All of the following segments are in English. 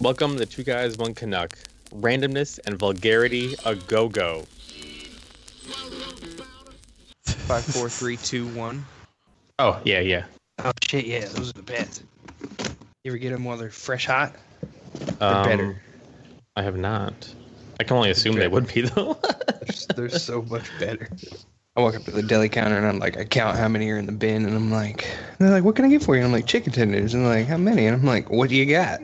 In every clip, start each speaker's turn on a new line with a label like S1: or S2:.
S1: Welcome to Two Guys One Canuck. Randomness and vulgarity a go go.
S2: Five, four, three, two, one.
S1: Oh yeah, yeah.
S2: Oh shit, yeah, those are the best. You ever get them while they're fresh hot?
S1: Um,
S2: better.
S1: I have not. I can only assume they
S2: better.
S1: would be though.
S2: They're s- They're so much better. I walk up to the deli counter and I'm like, I count how many are in the bin, and I'm like, and they're like, what can I get for you? And I'm like, chicken tenders, and they're like, how many? And I'm like, what do you got?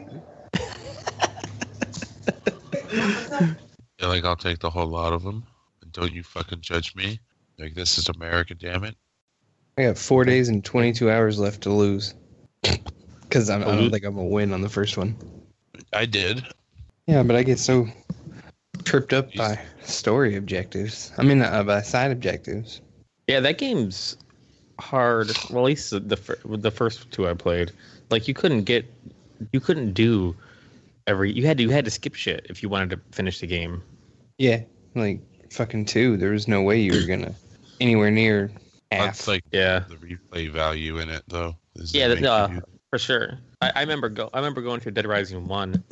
S3: You're like, I'll take the whole lot of them. And don't you fucking judge me. Like, this is America, damn it.
S2: I got four days and 22 hours left to lose. Because I don't think I'm gonna win on the first one.
S3: I did.
S2: Yeah, but I get so tripped up by story objectives. I mean, uh, by side objectives.
S1: yeah, that game's hard. Well, at least the the, fir- the first two I played, like you couldn't get, you couldn't do every. You had to you had to skip shit if you wanted to finish the game.
S2: Yeah, like fucking two. There was no way you were gonna anywhere near half.
S3: That's like
S1: Yeah.
S3: the replay value in it, though. Is
S1: Yeah,
S3: that
S1: that- uh,
S3: make you-
S1: for sure. I, I remember go. I remember going to Dead Rising one,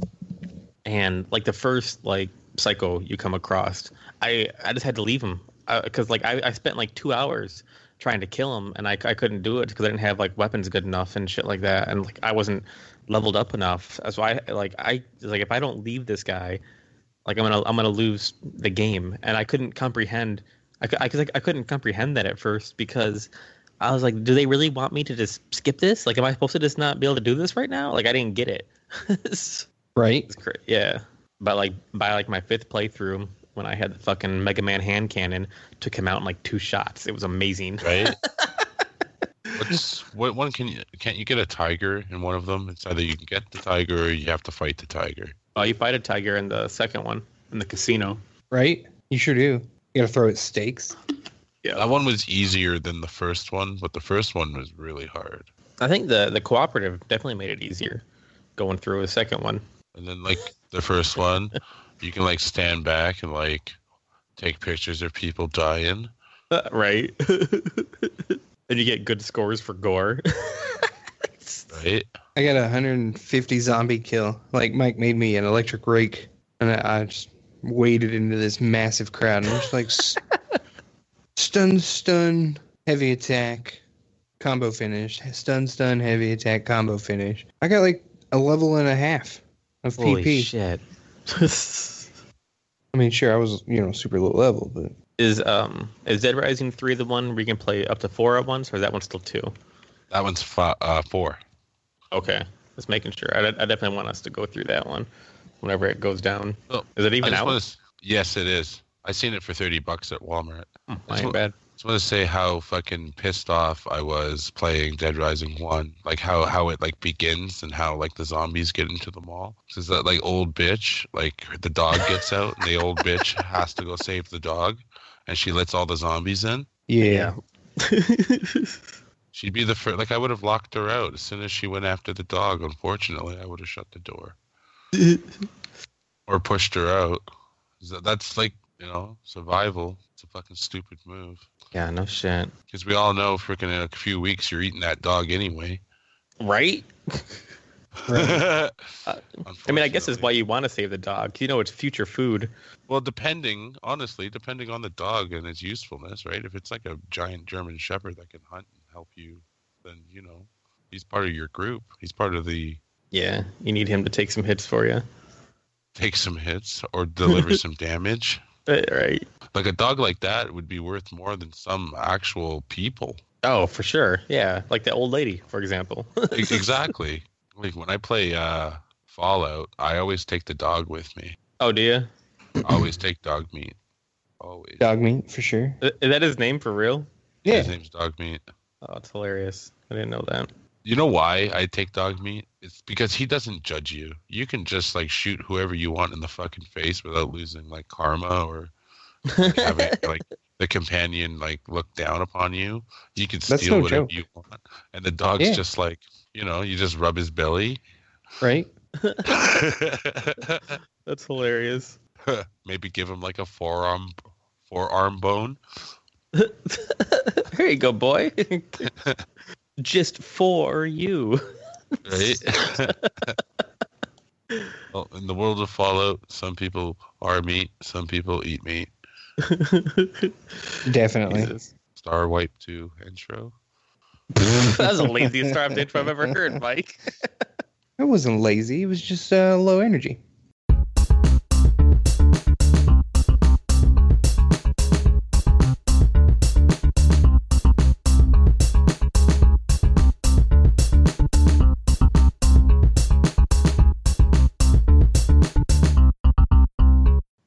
S1: and like the first like psycho you come across, I I just had to leave him because like I, I spent like two hours trying to kill him and I, I couldn't do it because I didn't have like weapons good enough and shit like that and like I wasn't leveled up enough. That's why I, like I like if I don't leave this guy, like I'm gonna I'm gonna lose the game and I couldn't comprehend. I, cou- I, 'cause I- I couldn't comprehend that at first because I was like, do they really want me to just skip this? Like, am I supposed to just not be able to do this right now? Like, I didn't get it. it's
S2: right?
S1: cra- yeah. But like by like my fifth playthrough, when I had the fucking Mega Man hand cannon, took him out in like two shots. It was amazing.
S3: right? What's what one can you can't you get a tiger in one of them? It's either you can get the tiger or you have to fight the tiger.
S1: Oh, you fight a tiger in the second one in the casino.
S2: Right? You sure do. You gotta throw at stakes.
S3: That one was easier than the first one, but the first one was really hard.
S1: I think the the cooperative definitely made it easier going through a second one.
S3: And then like the first one, you can like stand back and like take pictures of people dying.
S1: Uh, right. and you get good scores for gore.
S3: Right?
S2: I got a 150 zombie kill. Like Mike made me an electric rake, and I, I just waded into this massive crowd, and I'm just like s- stun, stun, heavy attack, combo finish, stun, stun, heavy attack, combo finish. I got like a level and a half of PP.
S1: shit.
S2: I mean, sure, I was you know super low level, but
S1: is um is Dead Rising three the one where you can play up to four at once, or is that one still two?
S3: That one's fi- uh, four.
S1: Okay, just making sure. I, I definitely want us to go through that one whenever it goes down.
S3: Oh,
S1: is it
S3: I
S1: even
S3: just
S1: out?
S3: wanna s- yes, it is. I seen it for thirty bucks at Walmart.
S1: Hmm,
S3: I
S1: ain't
S3: just wa-
S1: bad.
S3: just want to say how fucking pissed off I was playing Dead Rising One, like how how it like begins and how like the zombies get into the mall. Because that like old bitch, like the dog gets out and the old bitch has to go save the dog, and she lets all the zombies in.
S2: yeah,
S3: She'd be the first. Like I would have locked her out as soon as she went after the dog. Unfortunately, I would have shut the door or pushed her out. So That's like you know survival. It's a fucking stupid move.
S1: yeah, no shit.
S3: Because we all know, freaking in a few weeks, you're eating that dog anyway.
S1: Right? Uh, I mean, I guess it's why
S3: Unfortunately.
S1: you want to save the dog. 'cause You know, it's future food.
S3: Well, depending, honestly, depending on the dog and its usefulness, right? If it's like a giant German Shepherd that can hunt and help you, then you know he's part of your group. He's part of the
S1: Yeah, you need him to take some hits for you.
S3: take some hits or deliver some damage.
S1: Right?
S3: Like a dog like that would be worth more than some actual people.
S1: Oh, for sure. Yeah, like the old lady, for example.
S3: Ex- E-, exactly. Like when I play uh, Fallout, I always take the dog with me.
S1: oh, do you?
S3: I always take dog meat. Always.
S2: dog meat for sure.
S1: Is is that his name for real?
S2: Yeah,
S3: His name's dog meat.
S1: Oh, it's hilarious. I didn't know that.
S3: You know why I take dog meat? It's because he doesn't judge you. You can just like shoot whoever you want in the fucking face without losing like karma or like, having like the companion like look down upon you. You can
S2: That's
S3: steal
S2: no
S3: whatever
S2: joke.
S3: you want, and the dog's
S2: Yeah.
S3: just like you know. You just rub his belly.
S2: right.
S1: That's hilarious.
S3: Maybe give him like a forearm forearm bone.
S1: Here you go, boy. Just for you.
S3: Right? Well, in the world of Fallout, some people are meat, some people eat meat.
S2: Definitely.
S1: Jesus.
S3: Star Wipe 2 intro.
S1: That was the laziest starved intro I've ever heard, Mike.
S2: It wasn't lazy. It was just uh, low energy.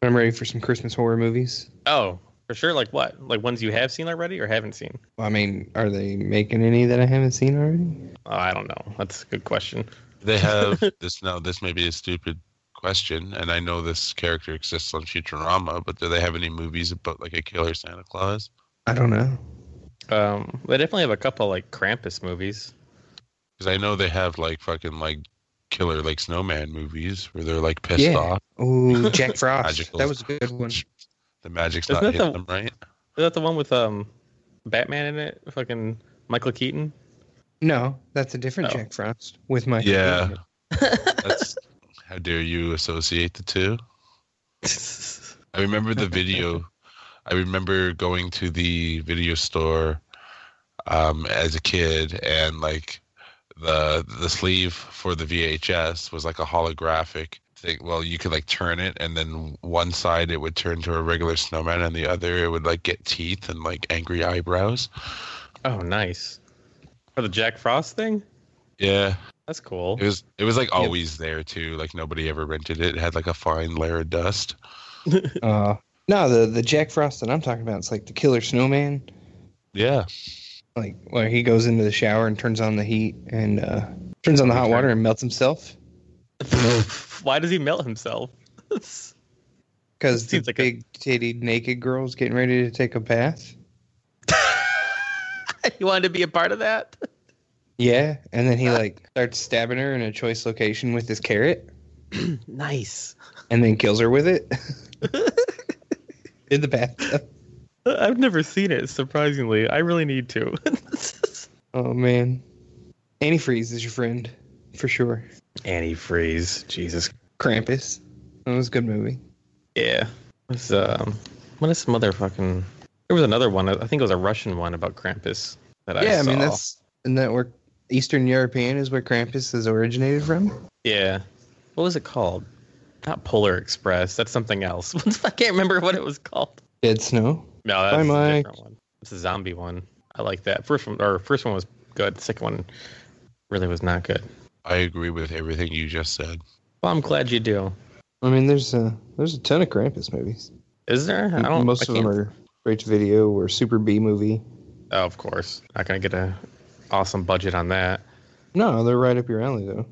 S2: I'm ready for some Christmas horror movies.
S1: Oh, for sure. Like what? Like ones you have seen already or haven't seen?
S2: I mean, are they making any that I haven't seen already?
S1: Oh, I don't know. That's a good question.
S3: They have this now. This may be a stupid question, and I know this character exists on Futurama, but do they have any movies about like a killer Santa Claus?
S2: I don't know.
S1: Um, they definitely have a couple like Krampus movies.
S3: Because I know they have like fucking like killer like snowman movies where they're like pissed
S2: Yeah.
S3: off.
S2: Oh, Jack Frost.
S3: Magical.
S2: That was a good one.
S3: The magic's
S1: Isn't
S3: not
S1: that
S3: hitting
S1: the-
S3: them right.
S1: Is that the one with um, Batman in it? Fucking Michael Keaton.
S2: No, that's a different
S1: Oh.
S2: Jack Frost with my
S3: Yeah. That's how dare you associate the two? I remember the video. I remember going to the video store um, as a kid, and like the the sleeve for the VHS was like a holographic thing. Well, you could like turn it, and then one side it would turn to a regular snowman, and the other it would like get teeth and like angry eyebrows.
S1: Oh, nice. For the Jack Frost thing?
S3: Yeah,
S1: That's cool.
S3: it was it was like always there too. Like nobody ever rented it. It had like a fine layer of dust.
S2: Uh, no, the the Jack Frost that I'm talking about is like the Killer Snowman,
S3: Yeah,
S2: like where he goes into the shower and turns on the heat and uh, turns on the hot water and melts himself
S1: Why does he melt himself?
S2: because the
S1: Seems like a-
S2: big titty naked girl's getting ready to take a bath.
S1: you wanted to be a part of that?
S2: Yeah, and then he
S1: Ah.
S2: like starts stabbing her in a choice location with his carrot
S1: Nice.
S2: and then kills her with it in the bathtub.
S1: Uh, I've never seen it, surprisingly. I really need to.
S2: Oh man, antifreeze is your friend for sure.
S1: Antifreeze. Jesus.
S2: Krampus, that was a good movie.
S1: Yeah. It's, um, what is some other fucking. There was another one. I think it was a Russian one about Krampus that I
S2: yeah, I,
S1: saw.
S2: mean that's and that where Eastern European is where Krampus is originated from.
S1: Yeah. What was it called? Not Polar Express. That's something else. I can't remember what it was called.
S2: Dead snow.
S1: No, that's
S2: Bye,
S1: a
S2: Mike.
S1: different one. It's a zombie one. I like that. First one or first one was good. The second one really was not good.
S3: I agree with everything you just said.
S1: Well, I'm glad you do.
S2: I mean, there's a there's a ton of Krampus movies.
S1: Is there? I don't.
S2: Most
S1: I
S2: of them
S1: can't-
S2: are straight to video or Super B movie.
S1: Oh, of course. Not gonna get a awesome budget on that.
S2: No, they're right up your alley though.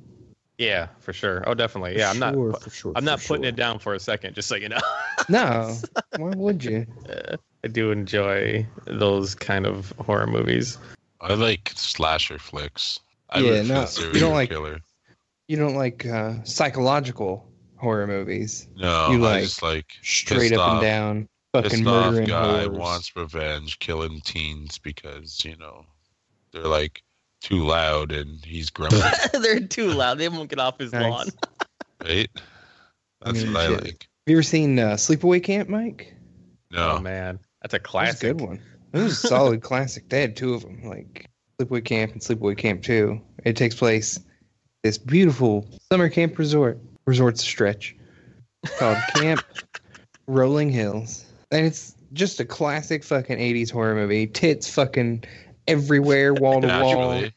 S1: Yeah, for sure. Oh, definitely. Yeah, I'm not.
S2: Sure,
S1: pu-
S2: for sure,
S1: I'm
S2: for
S1: not putting
S2: sure.
S1: it down for a second, just so you know.
S2: No, why would you?
S1: I do enjoy those kind of horror movies.
S3: I like slasher flicks. I
S2: Yeah,
S3: root for
S2: no,
S3: the
S2: you
S3: serial
S2: don't like-
S3: killer.
S2: You don't like uh, psychological horror movies.
S3: No,
S2: you
S3: I
S2: like
S3: just like
S2: Straight
S3: Pissed
S2: up
S3: off-
S2: and down,
S3: pissed
S2: fucking
S3: off
S2: murdering
S3: guy
S2: whores.
S3: wants revenge, killing teens because you know they're like too loud and he's grumpy,
S1: They're too loud. They won't get off his
S2: Nice.
S1: lawn.
S3: right? That's
S2: mean,
S3: what I
S2: shit.
S3: like.
S2: Have you ever seen uh, Sleepaway Camp, Mike?
S1: Oh
S3: No,
S1: man, that's a
S2: That's a
S1: classic.
S2: good one. It was a solid classic. They had two of them, like Sleepaway Camp and Sleepaway Camp Two. It takes place at this beautiful summer camp resort. Resort's a stretch called Camp Rolling Hills, and it's just a classic fucking '80s horror movie. Tits fucking everywhere, wall to wall,
S3: naturally,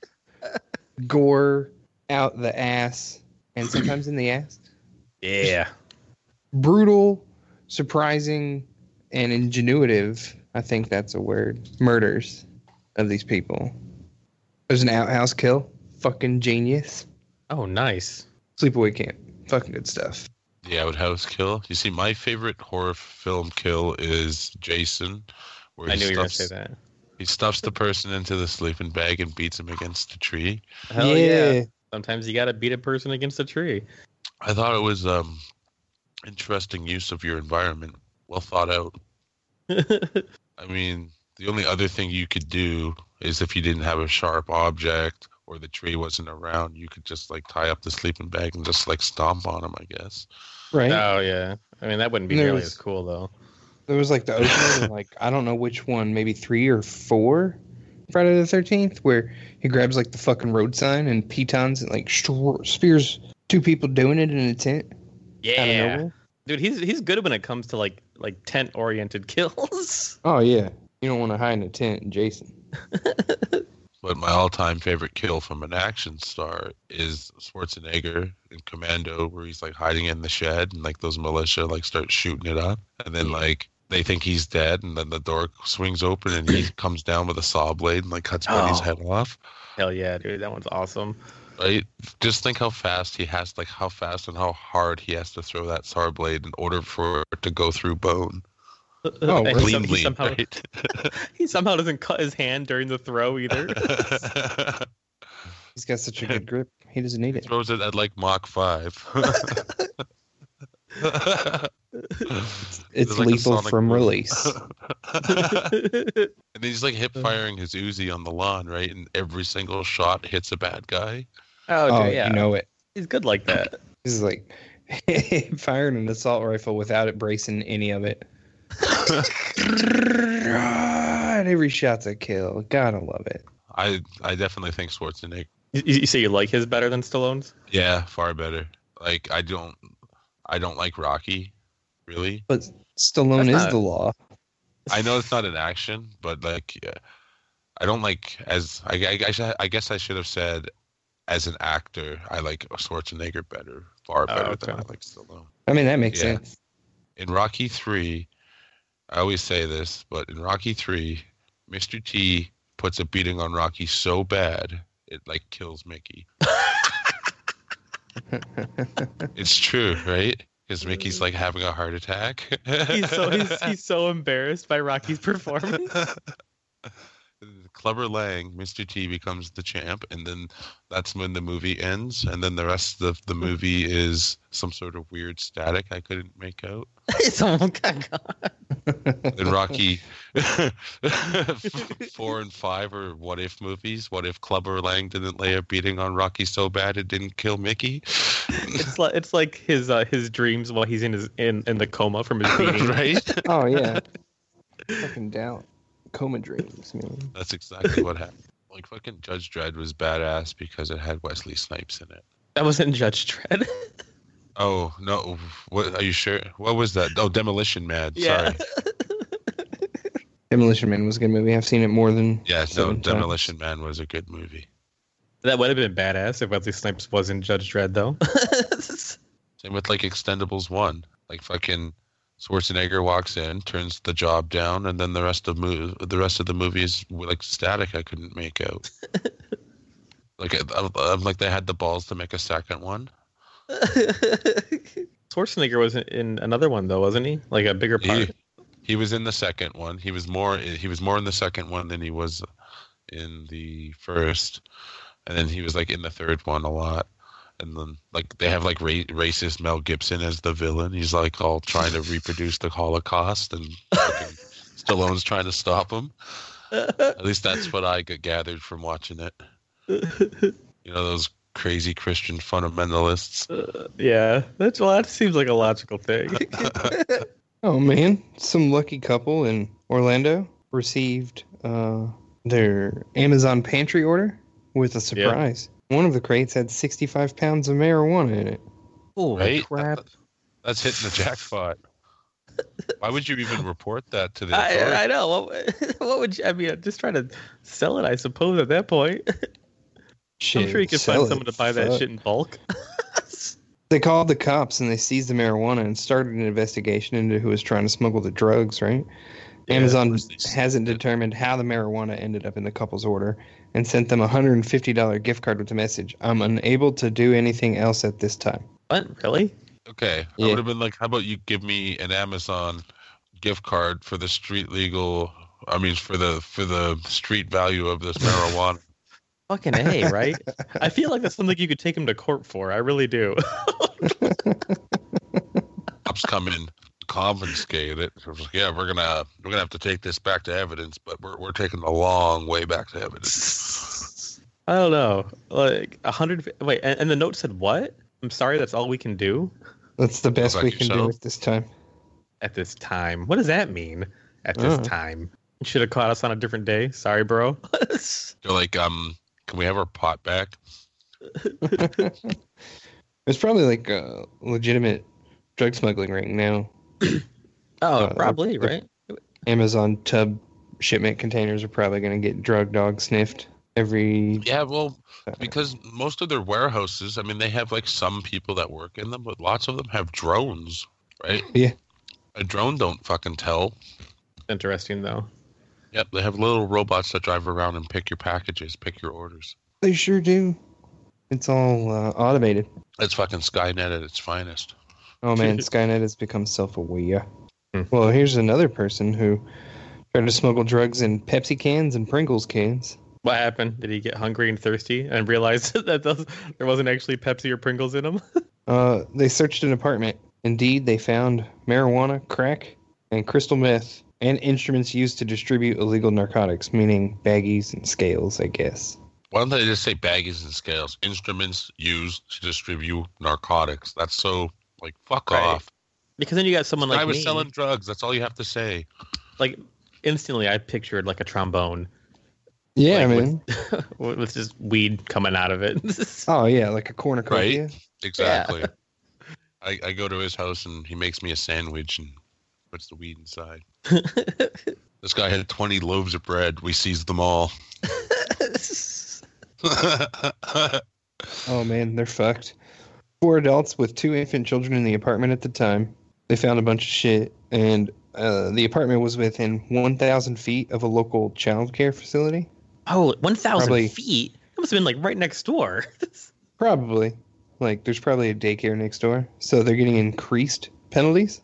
S2: gore out the ass, and sometimes in the ass.
S1: Yeah.
S2: Brutal, surprising, and ingenuitive. I think that's a word. Murders of these people. There's an outhouse kill. Fucking genius.
S1: Oh, nice.
S2: Sleepaway camp. Fucking good stuff.
S3: the outhouse kill. You see, my favorite horror film kill is Jason. Where
S1: I
S3: he
S1: knew you were gonna
S3: stuffs-
S1: say that.
S3: He stuffs the person into the sleeping bag and beats him against the tree.
S1: Hell yeah. Sometimes you gotta beat a person against a tree.
S3: I thought it was um interesting use of your environment. Well thought out. I mean, the only other thing you could do is if you didn't have a sharp object or the tree wasn't around, you could just like tie up the sleeping bag and just like stomp on them, I guess.
S2: Right.
S1: Oh yeah. I mean that wouldn't be
S2: There
S1: nearly
S2: was-
S1: as cool though.
S2: There was like the opener, and, like I don't know which one, maybe three or four, Friday the Thirteenth, where he grabs like the fucking road sign and pitons and like stro- spears two people doing it in a tent out of
S1: Yeah.
S2: nowhere.
S1: Dude, he's he's good when it comes to like like tent oriented kills.
S2: Oh yeah, you don't want to hide in a tent, Jason.
S3: But my all-time favorite kill from an action star is Schwarzenegger in Commando, where he's like hiding in the shed, and like those militia like start shooting it up, and then like they think he's dead, and then the door swings open, and he comes down with a saw blade and like cuts Buddy's
S1: Oh.
S3: head off.
S1: Hell yeah, dude, that one's awesome.
S3: Right? Just think how fast he has, like how fast and how hard he has to throw that saw blade in order for it to go through bone
S2: Oh,
S1: And he, some- he
S3: cleanly,
S1: somehow
S3: right?
S1: he somehow doesn't cut his hand during the throw either.
S2: He's got such a good grip. He doesn't need it.
S3: Throws it at like Mach five.
S2: It's
S3: like a
S2: lethal
S3: sonic
S2: from
S3: boom.
S2: release.
S3: and
S1: Oh,
S3: then he's like hip
S1: Uh.
S3: firing his Uzi on the lawn, right? And every single shot hits a bad guy.
S1: oh,
S2: oh,
S1: dude, yeah.
S2: you know it.
S1: He's good like that.
S2: This is like firing an assault rifle without it bracing any of it. and every shot's a kill. Gotta love it.
S3: I I definitely think Schwarzenegger.
S1: You, you say you like his better than Stallone's?
S3: Yeah, far better. Like I don't I don't like Rocky, really.
S2: But Stallone
S1: That's
S2: is
S1: not-
S2: the law.
S3: I know it's not an action, but like, yeah, I don't like as I, I- I, sh- I guess I should have said as an actor, I like Schwarzenegger better, far
S1: Oh,
S3: better than I
S1: okay.
S3: like Stallone.
S2: I mean, that makes
S3: Yeah.
S2: sense.
S3: In Rocky Three, I always say this, but in Rocky Three, Mr. T puts a beating on Rocky so bad it like kills Mickey. it's true, right? Because Mickey's like having a heart attack.
S1: He's so he's, he's so embarrassed by Rocky's performance.
S3: Clubber Lang, Mr. T becomes the champ, and then that's when the movie ends, and then the rest of the movie is some sort of weird static I couldn't make out.
S1: it's all gaga.
S3: Then Rocky four and five are what if movies. What if Clubber Lang didn't lay a beating on Rocky so bad it didn't kill Mickey?
S1: It's like it's like his uh, his dreams while he's in his in, in the coma from his beating.
S3: right?
S2: Oh yeah. Fucking doubt. Coma dreams, man.
S3: That's exactly what happened. Like fucking Judge Dredd was badass because it had Wesley Snipes in it.
S1: That wasn't Judge Dredd.
S3: Oh no! What are you sure? What was that? Oh, Demolition Man.
S1: Yeah.
S3: Sorry.
S2: Demolition Man was a good movie. I've seen it more than
S3: Yeah. No,
S2: seven times.
S3: Demolition Man was a good movie.
S1: That would have been badass if Wesley Snipes wasn't Judge Dredd though.
S3: Same with like Extendables One. Like fucking Schwarzenegger walks in, turns the job down, and then the rest of mo- the rest of the movie is like static. I couldn't make out. like I, I'm like they had the balls to make a second one.
S1: Schwarzenegger was in, in another one though, wasn't he? Like a bigger part.
S3: He, he was in the second one. He was more he was more in the second one than he was in the first, and then he was like in the third one a lot. And then like they have like ra- racist Mel Gibson as the villain. He's like all trying to reproduce the Holocaust, and fucking Stallone's trying to stop him. At least that's what I g- gathered from watching it. You know those crazy Christian fundamentalists.
S1: yeah, that's well, that seems like a logical thing.
S2: Oh man, some lucky couple in Orlando received uh, their Amazon pantry order with a surprise. One of the crates had 65 pounds of marijuana in it.
S1: Holy
S3: Right?
S1: crap!
S3: That's hitting the jackpot. Why would you even report that to the authorities?
S1: I, I know. What, what would you? I mean, just try to sell it, I suppose. At that point, I'm sure you could find
S2: sell it.
S1: someone to buy that
S2: Fuck.
S1: shit in bulk.
S2: They called the cops and they seized the marijuana and started an investigation into who was trying to smuggle the drugs, right?
S1: Yeah,
S2: Amazon
S3: first they seized
S2: hasn't
S3: it.
S2: determined how the marijuana ended up in the couple's order and sent them a $150 gift card with the message I'm unable to do anything else at this time.
S1: What really?
S3: Okay.
S2: Yeah.
S3: I would have been like, how about you give me an Amazon gift card for the street legal I mean for the for the street value of this marijuana.
S1: Fucking a, right? I feel like that's something you could take him to court for. I really do.
S3: Cops come in, confiscate it. I was like, yeah, we're gonna we're gonna have to take this back to evidence, but we're we're taking a long way back to evidence.
S1: I don't know. Like a hundred. Wait, and, and the note said what? I'm sorry, that's all we can do
S2: That's the best
S3: about
S2: we can do
S3: yourself?
S2: at this time.
S1: at this time. What does that mean? At this
S2: Oh.
S1: time, should have caught us on a different day. Sorry, bro.
S3: They're like, um, can we have our pot back?
S2: It's probably like a legitimate drug smuggling ring now.
S1: oh,
S2: Uh,
S1: probably
S2: the-
S1: right.
S2: Amazon tub shipment containers are probably going to get drug dog sniffed every.
S3: Yeah, well, because most of their warehouses, I mean, they have like some people that work in them, but lots of them have drones, right?
S2: Yeah.
S3: A drone don't fucking tell.
S1: Interesting though.
S3: Yep, they have little robots that drive around and pick your packages, pick your orders.
S2: They sure do. It's all uh, automated.
S3: It's fucking Skynet at its finest.
S2: Oh man, Skynet has become self-aware.
S1: Hmm.
S2: Well, here's another person who tried to smuggle drugs in Pepsi cans and Pringles cans.
S1: What happened? Did he get hungry and thirsty and realize that those, there wasn't actually Pepsi or Pringles in them?
S2: Uh, they searched an apartment. Indeed, they found marijuana, crack, and crystal meth, and instruments used to distribute illegal narcotics, meaning baggies and scales, I guess.
S3: Why don't they just say baggies and scales? Instruments used to distribute narcotics. That's so like fuck
S1: Right.
S3: off.
S1: Because then you got someone like
S3: I was
S1: me.
S3: selling drugs. That's all you have to say.
S1: Like instantly, I pictured like a trombone
S2: Yeah,
S1: Like,
S2: man.
S1: with with just weed coming out of it.
S2: Oh yeah, like a cornucopia.
S3: Exactly. I, I go to his house and he makes me a sandwich and puts the weed inside. This guy had 20 loaves of bread. We seized them all.
S2: Oh man, they're fucked. Four adults with two infant children in the apartment at the time. They found a bunch of shit, and uh, the apartment was within 1,000 feet of a local child care facility.
S1: oh, 1,000
S2: Probably.
S1: feet? That must have been like right next door.
S2: Probably, like there's probably a daycare next door, so they're getting increased penalties.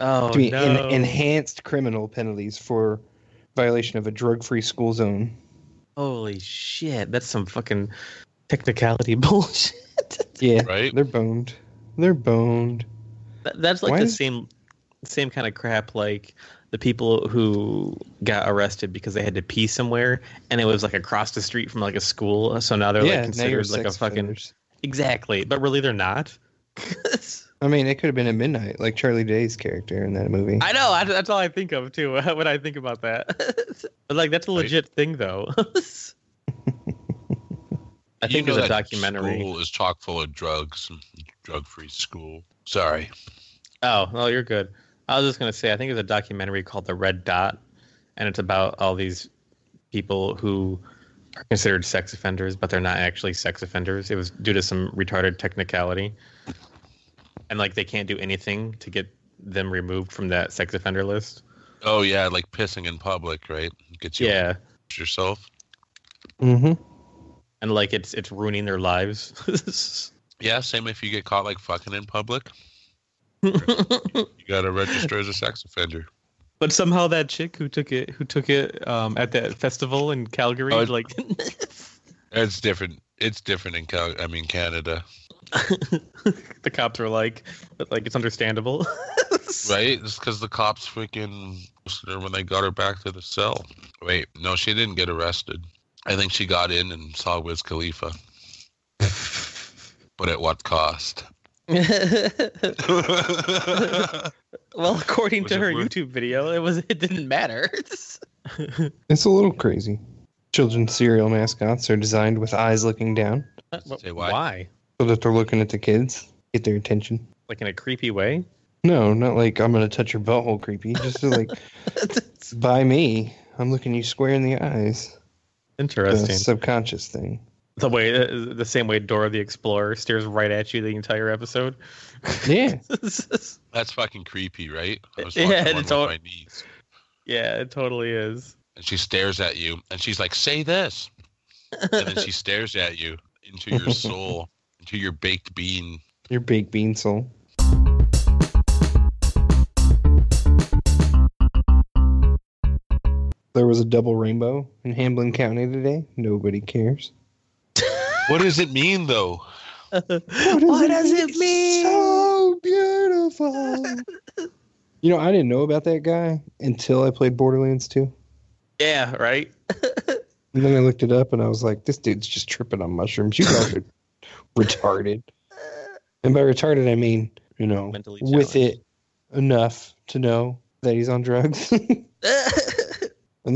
S1: oh,
S2: to be
S1: no.
S2: en- enhanced criminal penalties for violation of a drug-free school zone.
S1: Holy shit. That's some fucking technicality bullshit.
S2: Yeah,
S3: right?
S2: they're boned. They're boned.
S1: That- That's like
S2: Why
S1: the
S2: is-
S1: same same kind of crap like the people who got arrested because they had to pee somewhere and it was like across the street from like a school so now they're
S2: yeah,
S1: like
S2: now you're
S1: considered like a
S2: sex
S1: fucking
S2: offenders.
S1: exactly but really they're not
S2: I mean, it could have been at midnight, like Charlie Day's character in that movie.
S1: i know I, that's all i think of too when i think about that but like that's a
S3: Right.
S1: legit thing though i think
S3: know
S1: there's a
S3: that
S1: documentary
S3: School is chock full of drugs. Drug-free school. Sorry.
S1: Oh, well, you're good. I was just gonna say, I think there's a documentary called The Red Dot, and it's about all these people who are considered sex offenders, but they're not actually sex offenders. It was due to some retarded technicality, and like they can't do anything to get them removed from that sex offender list.
S3: Oh yeah, like pissing in public, right? Gets you
S1: Yeah,
S3: yourself.
S2: Mm-hmm.
S1: and like it's it's ruining their lives.
S3: Yeah, same if you get caught like fucking in public. You gotta register as a sex offender.
S1: but somehow that chick who took it who took it um, at that festival in Calgary,
S3: Oh,
S1: like
S3: It's different. It's different in Cal- I mean Canada.
S1: the cops were like, like it's understandable.
S3: Right? It's because the cops freaking arrested her when they got her back to the cell. Wait, no, she didn't get arrested. I think she got in and saw Wiz Khalifa. but at what cost? well,
S1: well, according
S3: Was
S1: to
S3: it
S1: her
S3: worth-
S1: YouTube video, it was it didn't matter.
S2: It's a little crazy. Children's cereal mascots are designed with eyes looking down
S3: Say why?
S2: so that they're looking at the kids, get their attention.
S1: Like in a creepy way?
S2: No, not like I'm gonna touch your butthole, creepy. Just to, like by me, I'm looking you square in the eyes. The
S1: Interesting.
S2: subconscious thing.
S1: the way, uh, the same way Dora the Explorer stares right at you the entire episode.
S2: Yeah,
S3: That's fucking creepy, right? I was
S1: Yeah,
S3: watching one
S1: it's
S3: with
S1: all-
S3: my niece,
S1: yeah, it totally is.
S3: and she stares at you, and she's like, "Say this," and then she stares at you into your soul, into your baked bean.
S2: your big bean soul. There was a double rainbow in Hamblin County today. Nobody cares.
S3: What does it mean, though?
S1: what does it mean?
S2: So beautiful. you know, I didn't know about that guy until I played Borderlands 2.
S1: Yeah, right?
S2: And then I looked it up and I was like, this dude's just tripping on mushrooms. You guys are retarded. And by retarded, I mean, you know,
S1: Mentally
S2: with
S1: challenged.
S2: it enough to know that he's on drugs. and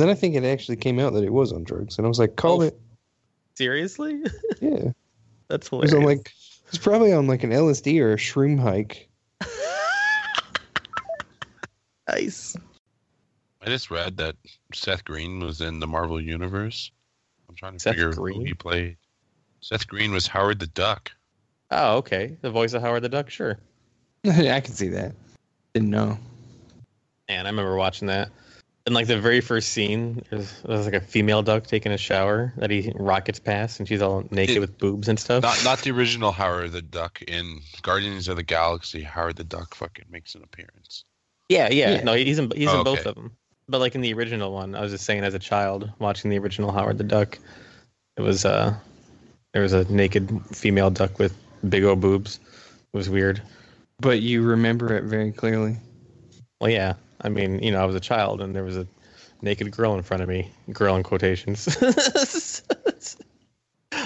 S2: then I think it actually came out that it was on drugs. And I was like, call
S1: Oh,
S2: it.
S1: Seriously?
S2: Yeah. It
S1: That's
S2: was
S1: hilarious.
S2: on like, it was probably on like an LSD or a shroom hike.
S1: nice.
S3: I just read that Seth Green was in the Marvel Universe. I'm trying to
S1: Seth
S3: figure who
S1: Green?
S3: he played. Seth Green was Howard the Duck.
S1: Oh, okay. The voice of Howard the Duck, sure.
S2: I can see that. Didn't know.
S1: And I remember watching that. And like the very first scene, there's, there's like a female duck taking a shower that he rockets past, and she's all naked
S3: It-
S1: with boobs and stuff.
S3: Not not the original Howard the Duck in Guardians of the Galaxy. Howard the Duck fucking makes an appearance.
S1: yeah, yeah,
S2: Yeah.
S1: No, he's in he's
S3: Oh,
S1: in both
S3: okay.
S1: of them. But like in the original one, I was just saying as a child watching the original Howard the Duck, it was uh, there was a naked female duck with big old boobs. It was weird.
S2: But you remember it very clearly.
S1: Well, yeah. I mean, you know, I was a child and there was a naked girl in front of me. Girl in quotations.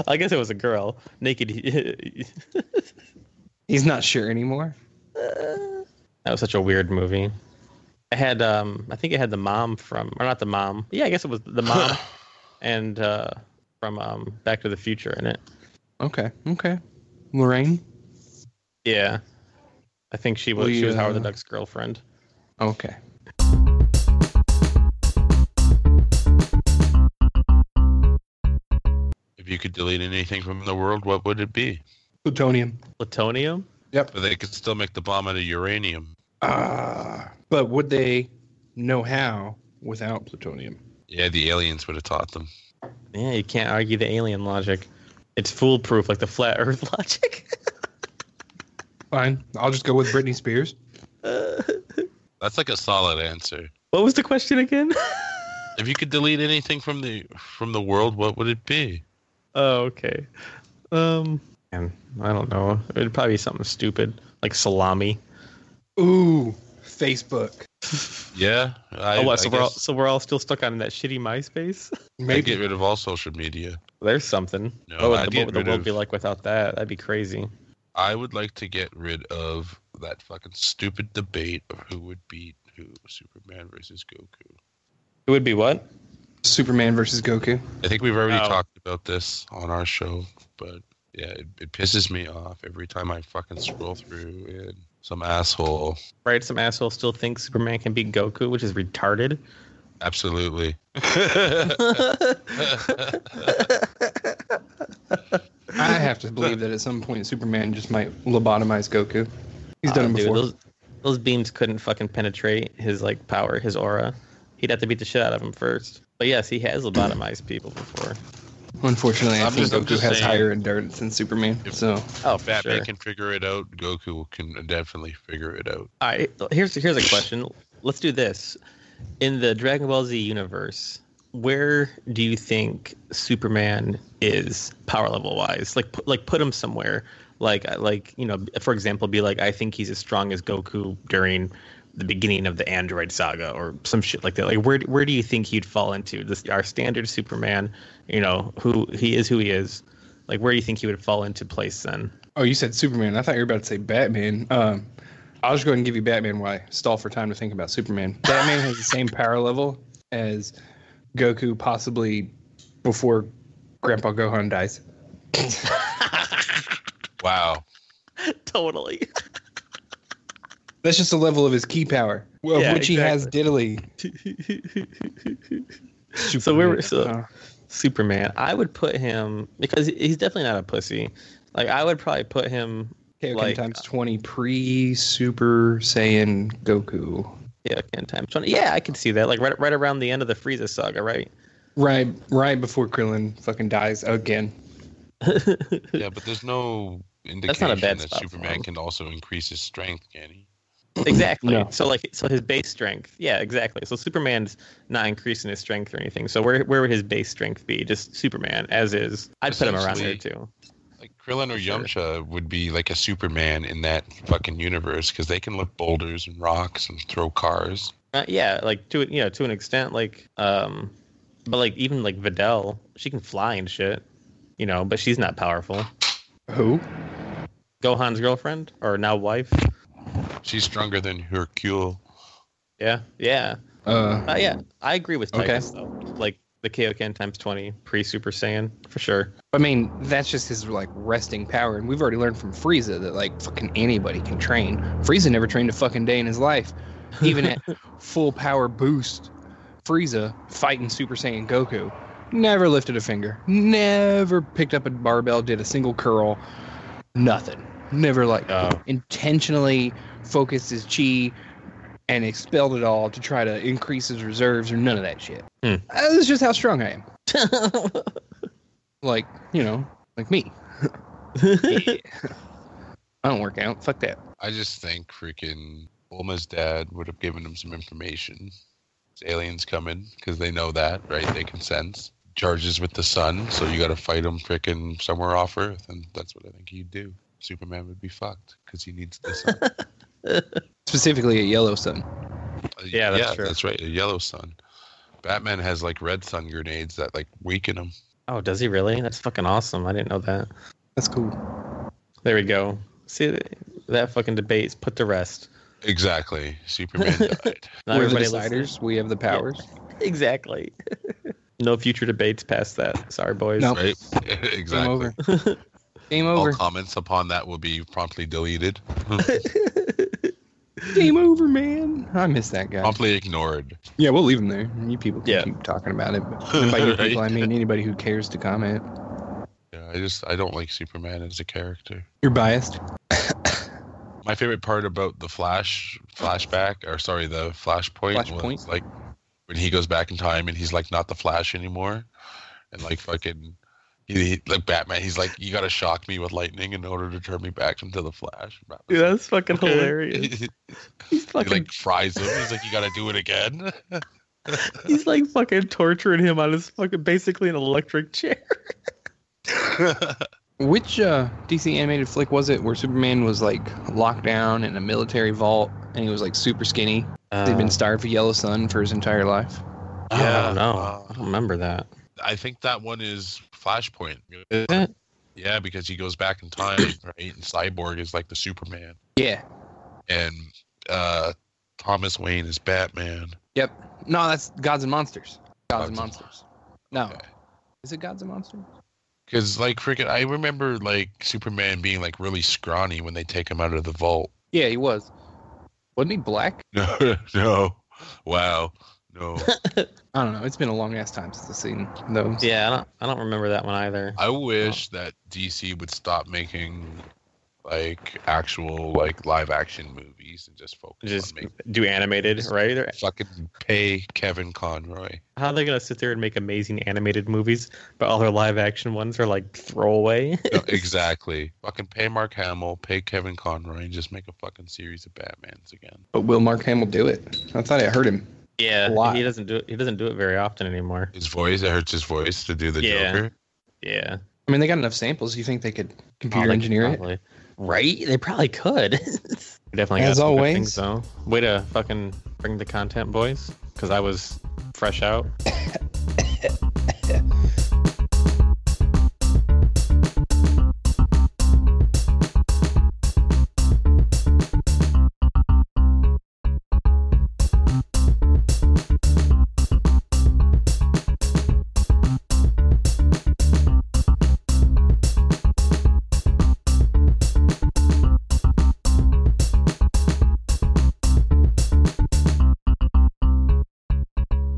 S1: I guess it was a girl. Naked.
S2: He's not sure anymore.
S1: that was such a weird movie. I had, um, I think it had the mom from, or not the mom. Yeah, I guess it was the mom and uh, from um, Back to the Future in it.
S2: Okay. Okay. Lorraine?
S1: Yeah. I think she was,
S2: Well,
S1: she was Howard the
S2: yeah.
S1: Duck's girlfriend.
S2: Okay.
S3: If you could delete anything from the world, what would it be?
S2: Plutonium.
S1: Plutonium?
S3: But they could still make the bomb out of uranium.
S2: Ah. but would they know how without plutonium?
S3: Yeah, the aliens would have taught them.
S1: Yeah, you can't argue the alien logic. It's foolproof, like the flat Earth logic.
S2: Fine. I'll just go with Britney Spears.
S3: That's like a solid answer.
S1: What was the question again?
S3: If you could delete anything from the from the world, what would it be?
S1: oh, okay. Um, man, I don't know. It'd probably be something stupid like salami.
S2: Ooh, Facebook.
S3: Yeah, I,
S1: oh, what?
S3: I
S1: So we're all,
S3: guess
S1: so we're all still stuck on that shitty MySpace.
S3: I'd get rid of all social media.
S1: There's something.
S3: No,
S1: what would,
S3: I'd
S1: the,
S3: get
S1: what would the
S3: rid
S1: world
S3: of-
S1: be like without that? That'd be crazy.
S3: I would like to get rid of that fucking stupid debate of who would beat who, Superman versus Goku.
S1: It would be what?
S2: Superman versus Goku.
S3: I think we've already
S1: Oh.
S3: talked about this on our show, but yeah, it, it pisses me off every time I fucking scroll through and some asshole.
S1: Right? Some asshole still thinks Superman can beat Goku, which is retarded.
S3: Absolutely.
S2: I have to believe that at some point Superman just might lobotomize Goku. He's
S1: Ah,
S2: done
S1: dude,
S2: it before.
S1: those, those beams couldn't fucking penetrate his like power, his aura. He'd have to beat the shit out of him first. But yes, he has lobotomized people before.
S2: Unfortunately, I
S3: I'm
S2: think
S3: just- I'm
S2: Goku
S3: just
S2: has
S3: saying-
S2: higher endurance than Superman.
S3: If-
S2: So
S1: Oh, for
S3: Batman
S1: sure.
S3: can figure it out. Goku can definitely figure it out.
S1: All right, here's here's a question. Let's do this. In the Dragon Ball Z universe, where do you think Superman is power level wise? Like pu- like put him somewhere. Like uh, like you know, for example, be like I think he's as strong as Goku during the beginning of the Android saga or some shit like that. Like where where do you think he'd fall into this our standard Superman? You know who he is, who he is. Like where do you think he would fall into place then?
S2: Oh, you said Superman. I thought you were about to say Batman. Um, I'll just go ahead and give you Batman while I stall for time to think about Superman. Batman has the same power level as Goku, possibly before Grandpa Gohan dies.
S3: Wow.
S1: totally.
S2: That's just the level of his key power, of
S1: Yeah,
S2: which he has diddly.
S1: So where-
S2: Superman.
S1: so-
S2: Uh,
S1: Superman, I would put him because he- he's definitely not a pussy. Like I would probably put him
S2: Kaioken
S1: like- uh,
S2: times twenty pre Super Saiyan Goku.
S1: yeah, in time twenty. Yeah, I could see that. Like right right around the end of the Frieza saga, right?
S2: Right, right before Krillin fucking dies again.
S3: Yeah, but there's no indication
S1: not a bad
S3: that
S1: spot for him.
S3: Superman can also increase his strength, can he?
S1: exactly.
S2: No.
S1: So like so his base strength. Yeah, exactly. So Superman's not increasing his strength or anything. So where where would his base strength be? Just Superman as is. I'd put him around there
S3: Essentially-
S1: too.
S3: Like Krillin or
S1: Sure.
S3: Yamcha would be like a Superman in that fucking universe because they can lift boulders and rocks and throw cars.
S1: Uh, yeah, like to you know to an extent, like um, but like even like Videl She can fly and shit, you know, but she's not powerful.
S2: Who?
S1: Gohan's girlfriend or now wife.
S3: She's stronger than Hercule.
S1: Yeah, yeah,
S2: Uh,
S1: uh, yeah. I agree with
S2: Okay.
S1: Titus though. Like the Kaioken times twenty pre Super Saiyan for sure.
S2: I mean, that's just his like resting power, and we've already learned from Frieza that like fucking anybody can train. Frieza never trained a fucking day in his life, even at full power boost. Frieza fighting Super Saiyan Goku, never lifted a finger, never picked up a barbell, did a single curl, nothing. Never like
S1: Oh.
S2: intentionally focused his chi and expelled it all to try to increase his reserves or none of that shit.
S1: Hmm.
S2: Uh, this is just how strong I am. Like you know, like me. I don't work out. Fuck that.
S3: I just think freaking Bulma's dad would have given him some information. It's aliens coming because they know that, right? They can sense. Charges with the sun, so you got to fight him freaking somewhere off Earth, and that's what I think he'd do. Superman would be fucked because he needs the sun.
S2: Specifically a yellow sun.
S1: Yeah, that's true.
S3: Uh, That's right, a yellow sun. Batman has like red sun grenades that like weaken him.
S1: oh, does he really? That's fucking awesome. I didn't know that.
S2: That's cool.
S1: There we go. See that fucking debate is put to rest.
S3: Exactly. Superman died.
S1: Not
S2: We're the
S1: everybody listening-
S2: deciders. We have the powers.
S1: Exactly. no future debates past that. Sorry, boys.
S2: No.
S3: Right?
S2: Game
S3: exactly.
S2: over. Game
S3: All
S2: over.
S3: comments upon that will be promptly deleted,
S2: Game over, man. I miss that guy.
S3: promptly ignored.
S2: Yeah, we'll leave him there. You people can
S1: Yeah.
S2: keep talking about it. But and by you people, I
S3: Right.
S2: mean anybody who cares to comment.
S3: Yeah, I just I don't like Superman as a character.
S2: You're biased.
S3: My favorite part about the Flash flashback, or sorry, the Flashpoint,
S2: Flashpoint?
S3: was like when he goes back in time and he's like not the Flash anymore, and like fucking. He, he- like Batman, he's like, you gotta shock me with lightning in order to turn me back into the Flash.
S1: Dude,
S3: Batman's
S1: that's fucking
S3: like,
S1: hilarious.
S3: he
S1: He's fucking
S3: like fries him. He's like, you gotta do it again.
S1: he's like fucking torturing him on his fucking basically an electric chair.
S2: Which uh, DC animated flick was it where Superman was like locked down in a military vault and he was like super skinny? They've
S1: Uh.
S2: been starved for yellow sun for his entire life.
S1: yeah, I don't know.
S3: Uh,
S1: I don't remember that.
S3: I think that one is Flashpoint.
S1: it?
S3: Yeah, because he goes back in time, right? And Cyborg is like the Superman,
S2: Yeah.
S3: and uh, Thomas Wayne is Batman.
S2: No, that's Gods and Monsters. Gods, and
S3: Gods and-
S2: Monsters. No.
S3: Okay.
S2: Is it Gods and Monsters?
S3: Because like freaking, I remember like Superman being like really scrawny when they take him out of the vault.
S2: Yeah, he was. Wasn't he black?
S3: No, no, wow, no.
S2: I don't know. It's been a long ass time since I've seen those.
S1: Yeah, I don't. I don't remember that one either.
S3: I wish that DC would stop making like actual like live action movies and just focus
S1: Just
S3: on making.
S1: do animated, right? They're-
S3: Fucking pay Kevin Conroy.
S1: How are they gonna sit there and make amazing animated movies, but all their live action ones are like throwaway?
S3: No, exactly. Fucking pay Mark Hamill, pay Kevin Conroy, and just make a fucking series of Batmans again.
S2: But will Mark Hamill do it? I thought I heard him.
S1: yeah,
S2: A lot.
S1: he doesn't do it. He doesn't do it very often anymore.
S3: His voice, it hurts his voice to do the
S1: Yeah.
S3: Joker.
S1: Yeah,
S2: I mean, they got enough samples. You think they could computer
S1: Probably-
S2: engineer it?
S1: probably. Right? They probably could. Definitely. got
S2: As
S1: some good
S2: always.
S1: things, though. Way to fucking bring the content, boys. Because I was fresh out.